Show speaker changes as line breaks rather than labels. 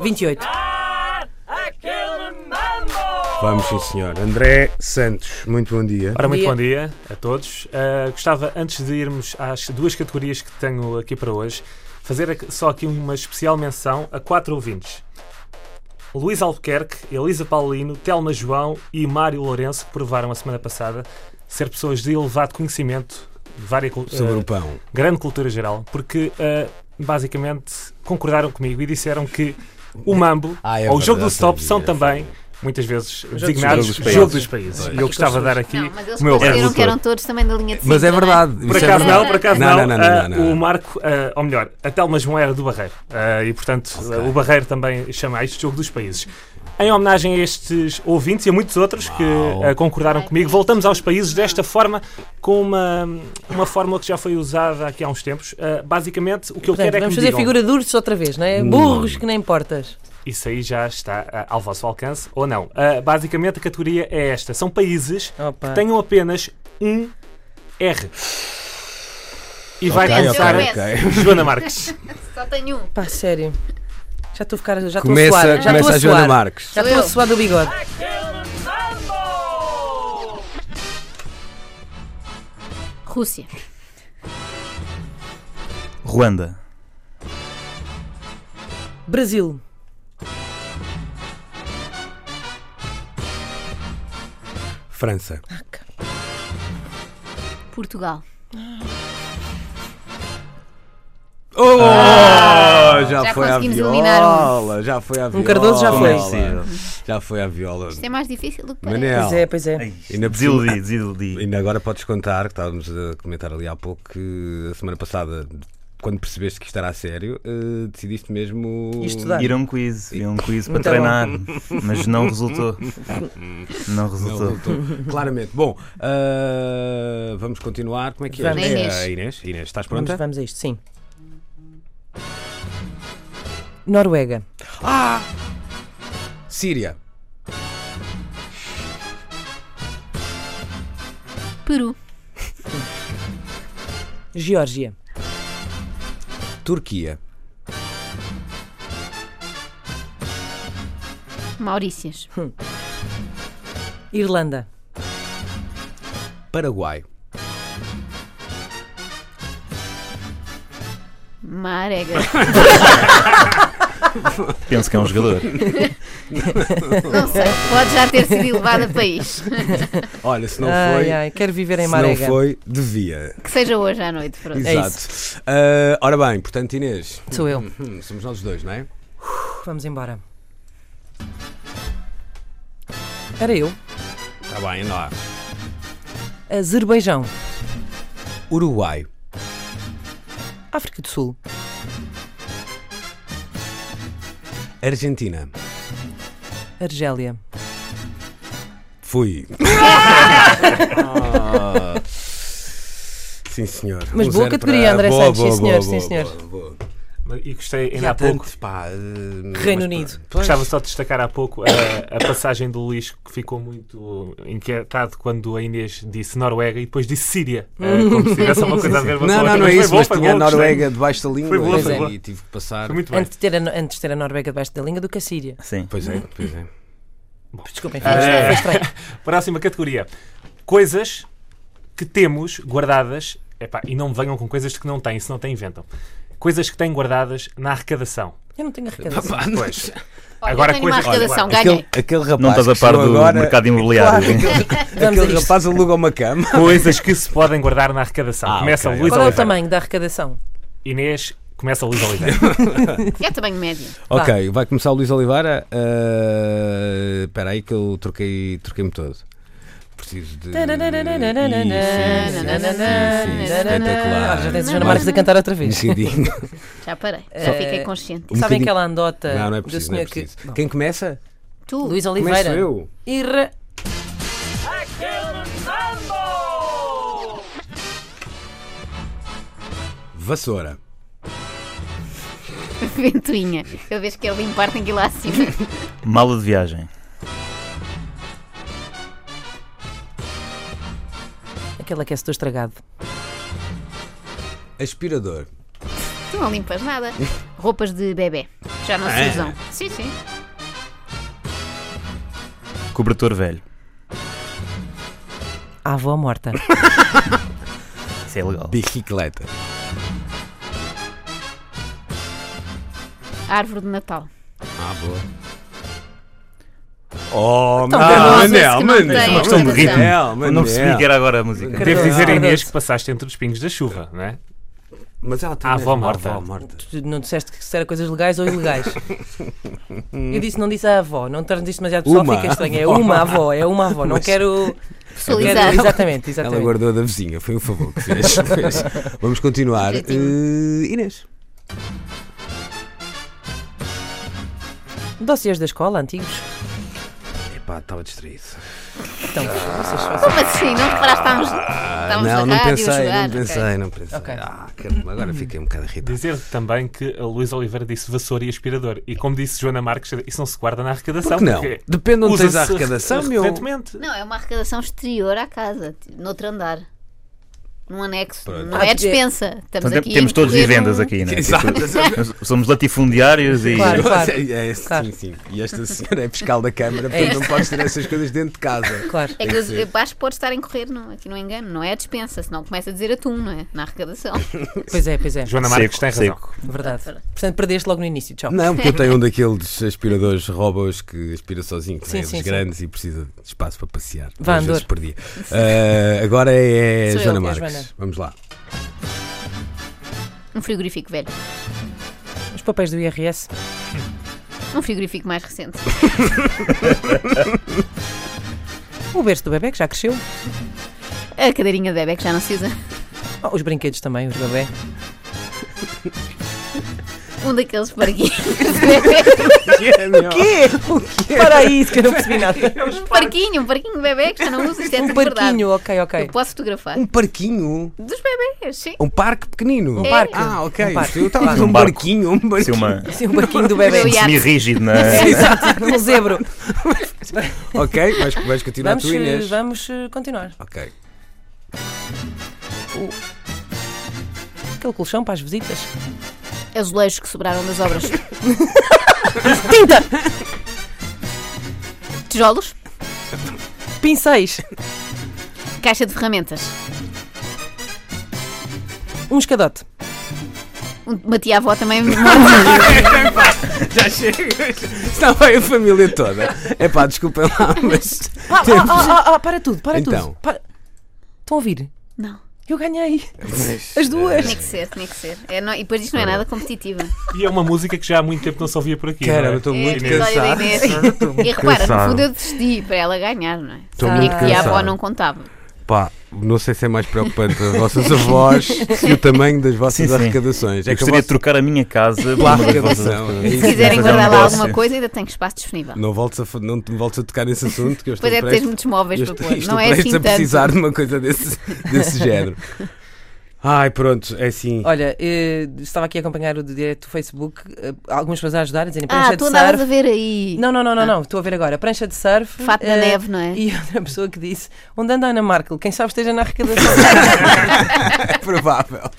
28.
Vamos, sim, senhor. André Santos, muito bom dia.
Ora, muito
dia.
bom dia a todos. Ah, gostava, antes de irmos às duas categorias que tenho aqui para hoje, fazer aqui- só aqui uma especial menção a quatro ouvintes. Luís Albuquerque, Elisa Paulino, Telma João e Mário Lourenço, que provaram a semana passada ser pessoas de elevado conhecimento, de várias, cul-
Sobre
Eh,
ah,
o pão.
grande cultura geral, porque ah, basicamente concordaram comigo e disseram que o mambo
Ah, é
ou o jogo
verdade,
do stop são
sabia,
também
sabia.
muitas vezes
dos
designados
países.
jogo dos países.
Pois.
E eu gostava de dar aqui
Não, mas eles
o meu
pareceram
resto.
que eram todos também da linha de
Mas é
Sintra, não
verdade.
Por
isso é
acaso
verdade.
não, por acaso
Não,
não.
não, não, não,
Ah,
não.
O Marco, ah, ou melhor, a Telma João era do Barreiro. Ah, e portanto, ah, o Barreiro também chama a isto jogo dos países. Em homenagem a estes ouvintes e a muitos outros que ah, concordaram comigo, voltamos aos países desta forma, com uma, uma fórmula que já foi usada aqui há uns tempos. Ah, basicamente, o que
Portanto,
eu quero é que
vamos
me
fazer
digam-
figura de ursos outra vez, não é? Burros que nem portas.
Isso aí já está ah, ao vosso alcance ou não. Ah, basicamente, a categoria é esta: são países
Opa.
que tenham apenas um R. E vai
Ok,
começar
ok,
Joana Marques.
Só tenho um.
Pá, sério. Já estou a ficar. Já estou a
Começa,
suar. Já estou
começa a
a
Joana
suar.
Marques.
Já
Sou
estou a
eu.
suar do bigode.
Rússia.
Ruanda,
Brasil.
França.
Portugal.
Oh, já,
já
foi à
conseguimos eliminar um.
viola. Já foi à viola. é
Um Cardoso já foi.
Já foi à viola.
Isto é mais difícil do que parece.
Manel,
Pois é, pois é.
Ai,
Ainda por cima-
Desiludi, desiludi.
ainda agora podes contar, que estávamos a comentar ali há pouco, que a semana passada, quando percebeste que isto era a sério, eh, decidiste mesmo...
E estudar.
Ir a um quiz, ir a um quiz para
Muito bom.
treinar, mas não resultou. Não resultou.
Não, não tô. Claramente. Bom, ah, vamos continuar. Como é que é?
Vamos.
Inês.
Eh, Inês, Inês, estás
Vamos,
pronta?
vamos a isto, sim. Noruega.
Síria.
Peru.
Geórgia.
Turquia.
Maurícias.
Irlanda.
Paraguai.
Marega.
Penso que é um jogador.
Não sei. Pode já ter sido elevado a país.
Olha, se não
ai,
foi.
ai, quero viver em
se não
Marega.
foi, devia.
Que seja hoje à noite. Pronto.
É
Exato. Ah, ora bem, portanto, Inês,
Sou eu.
hum, somos nós os dois, não é?
Vamos embora. Era eu.
Está Tá bem, anda lá.
Azerbaijão.
Uruguai.
África do Sul.
Argentina.
Argélia.
Fui. Ah. Sim, senhor.
Mas
Um
boa
zero
categoria,
para-
André
boa,
Santos,
boa,
sim,
boa,
senhor, sim,
boa,
senhor.
boa, boa.
E gostei
Já
ainda
há
há pouco.
tanto, pá, eh,
Reino
mas
Unido.
pronto.
Gostava só de destacar há pouco a, a passagem do Luís que ficou muito inquietado quando a Inês disse Noruega e depois disse Síria. Eh, como se tivesse alguma coisa a ver com
Não,
outra.
não, não é
foi
isso,
bom,
mas
foi
tinha a
bom, gostei.
Noruega debaixo da língua é.
Foi boa, foi
e,
boa.
e tive que passar.
Foi muito bem.
Antes de, ter a, antes de ter a Noruega debaixo da língua do que a Síria.
Sim.
Pois é, pois é.
Desculpem,
ah,
foi estranho, foi estranho.
Próxima categoria. Coisas que temos guardadas. Epá, e não venham com coisas que não têm, se não têm, inventam. Coisas que têm guardadas na arrecadação.
Eu não tenho arrecadação.
Pois.
Olha,
Agora
eu tenho uma
coisa-
arrecadação.
Aquele,
Ganhei.
aquele rapaz
Não estás a
que
par
chegou
do
agora,
mercado imobiliário. né?
Vamos a
Aquele
isto.
rapaz aluga uma cama.
Coisas que se podem guardar na arrecadação.
Ah,
começa
ok.
Luís
Qual é o
Oliveira.
tamanho da arrecadação?
Inês, começa Luís Oliveira.
É tamanho médio.
Ok, vai começar o Luís Oliveira. Ah, Espera aí que eu troquei, troquei-me todo. Preciso de. Isso, isso, isso, isso,
Ah,
isso,
já
Espetacular.
tens a Joana Marques a cantar outra vez.
Decidinho.
Já parei. Já
Eh,
fiquei consciente.
Um
Sabem
bocadinho-
aquela andota
Não, não é
do
preciso. Não é
senhor que.
preciso. Quem começa?
Tu.
Luís
Começo
Oliveira.
eu.
Irra.
Vassoura.
Ventoinha. Cada vez que ele limpar tem que ir lá acima.
Mala de viagem.
é Aquele aquecedor estragado.
Aspirador.
Tu não limpas nada. Roupas de bebê. Já não se usam. Sim, sim.
Cobertor velho.
A avó morta.
Isso é legal.
Bicicleta.
Árvore de Natal.
Ah, boa.
Oh,
Tão
meu-
bom.
Manel,
que não
Manel. é
tem
uma questão de ritmo.
Manel,
Não percebi
Manel.
que era agora a música.
Cardoso.
Devo dizer, Inês,
Cardoso.
que passaste entre os pingos da chuva, não é?
Mas ela tem
A avó
mesmo-
morta.
a avó morta.
Tu não disseste que se era coisas legais ou ilegais. Eu disse, não disse a avó. Não tornes isto demasiado pessoal,
Uma
fica estranho. É
avó.
uma avó, é uma avó. Não
Mas-
quero. não quero-
Pessoalizar.
Exatamente,
Ela é
exatamente.
guardou da vizinha, foi um favor que fez. Vamos continuar. Eh, Inês.
Dossiês da escola, antigos.
Epá, estava distraído.
Então, vocês,
Como assim? Não reparaste? Estávamos, estávamos
Ah, não,
na
não
rádio
pensei,
a jogar.
não pensei, não pensei.
Ok.
Ah, caramba, agora fiquei um bocado irritado.
Dizer também que a Luísa Oliveira disse vassoura e aspirador. E como disse Joana Marques, isso não se guarda na arrecadação.
Porque não?
porque
Depende de onde tens a
usa-se
arrecadação, meu.
recorrentemente.
Não, é uma arrecadação exterior à casa, tipo, noutro andar. Num anexo.
Pronto.
Não
Ah, porque-
é dispensa.
Então
Estamos
Portanto,
aqui a
Então temos todos
incluir
vivendas
um-
aqui, né?
Exato.
Tipo, somos latifundiários e.
Claro.
É, esse,
Claro.
Sim, sim. E esta senhora é fiscal da Câmara, portanto não podes ter essas coisas dentro de casa.
claro.
É que
Tem
eu,
que
eu acho que pode estar em correr, não, aqui não engano, não é a dispensa, senão começa a dizer atum, não é? Na arrecadação.
Pois é, pois é.
Joana Marques
Seco,
tem razão.
seco.
Verdade. Portanto, perdeste logo no início. Tchau.
Não, porque eu tenho um daqueles aspiradores robôs que aspira sozinho, que
Sim,
tem
sim, sim.
os grandes e precisa de espaço para passear.
Vá,
Às vezes
Andor.
perdia. Ah, agora é
Sou eu, é
Joana
a
Marques.
Joana.
Vamos lá.
Um frigorífico velho.
Os papéis do IRS.
Um frigorífico mais recente.
O berço do bebê, que já cresceu.
A cadeirinha de bebé que já não se usa.
Ah, os brinquedos também, os bebê.
Um daqueles parquinhos de bebé.
Ah.
Quê? O quê? Para isso, que eu não percebi nada.
Um parquinho, um parquinho de bebé que já não usa. Isto é
Um
tudo verdade.
parquinho, ok, ok.
Eu posso fotografar.
Um parquinho.
Dos bebés, sim.
Um parque pequenino. Um
parque.
Ah, ok.
Um parque.
Eu estava a dizer
Um
um
barco.
barquinho, um
Assim,
barquinho.
uma
Assim, um barquinho do bebê.
Meu
semi-rígido é? na.
Exato, um zebro.
Ok, vais, vais continuar
Vamos,
tu, Inês.
eh, vamos eh, continuar.
Ok.
Aquele colchão para as visitas.
Azulejos que sobraram das obras.
Tinta!
Tijolos.
Pincéis.
Caixa de ferramentas.
Um escadote.
Um- Uma tia-avó também.
Já chega. Senão vai a família toda. É pá, desculpem lá, mas.
Ah, ah, ah, ah, ah, para tudo, para
Então.
tudo. Para... Estão a ouvir?
Não.
Eu ganhei. As duas.
Tinha que ser, tinha que ser. É, não- e depois disto não é nada competitiva.
E é uma música que já há muito tempo não se ouvia por aqui.
Cara,
não é?
eu estou
É,
muito
episódio da
cansado.
Inês. E repara,
cansado.
no fundo eu desisti para ela ganhar, não é?
Estou
Sabia
muito
que a avó
cansado.
não contava.
Pá, não sei se é mais preocupante as vossas avós se o tamanho das vossas
Sim, sim.
arrecadações.
Eu
É que a
gostaria
vossa-
de trocar a minha casa por
Pela
uma das
arrecadação.
vossas.
É isso.
Se quiserem
Fazer um
guardar lá
negócio.
alguma coisa, ainda tenho espaço disponível.
Não voltes a, fa- não te voltes a tocar nesse assunto que eu estou
Pois é, tens
prestes,
muitos móveis
eu
para
estou-
pôr.
estou
Não é assim
prestes a precisar
tanto.
de uma coisa desse, desse género. Ai, pronto, é assim.
Olha, eh, estava aqui a acompanhar o direto do Facebook, eh, algumas pessoas a ajudar, a dizerem prancha
Ah,
de
tu andavas
surf.
a ver aí.
Não, não, não, não, não, estou a ver agora. Prancha de surf.
Fato da
eh,
neve, não é?
E outra pessoa que disse: Onde anda a Ana Markel? Quem sabe esteja na arrecadação.
É provável.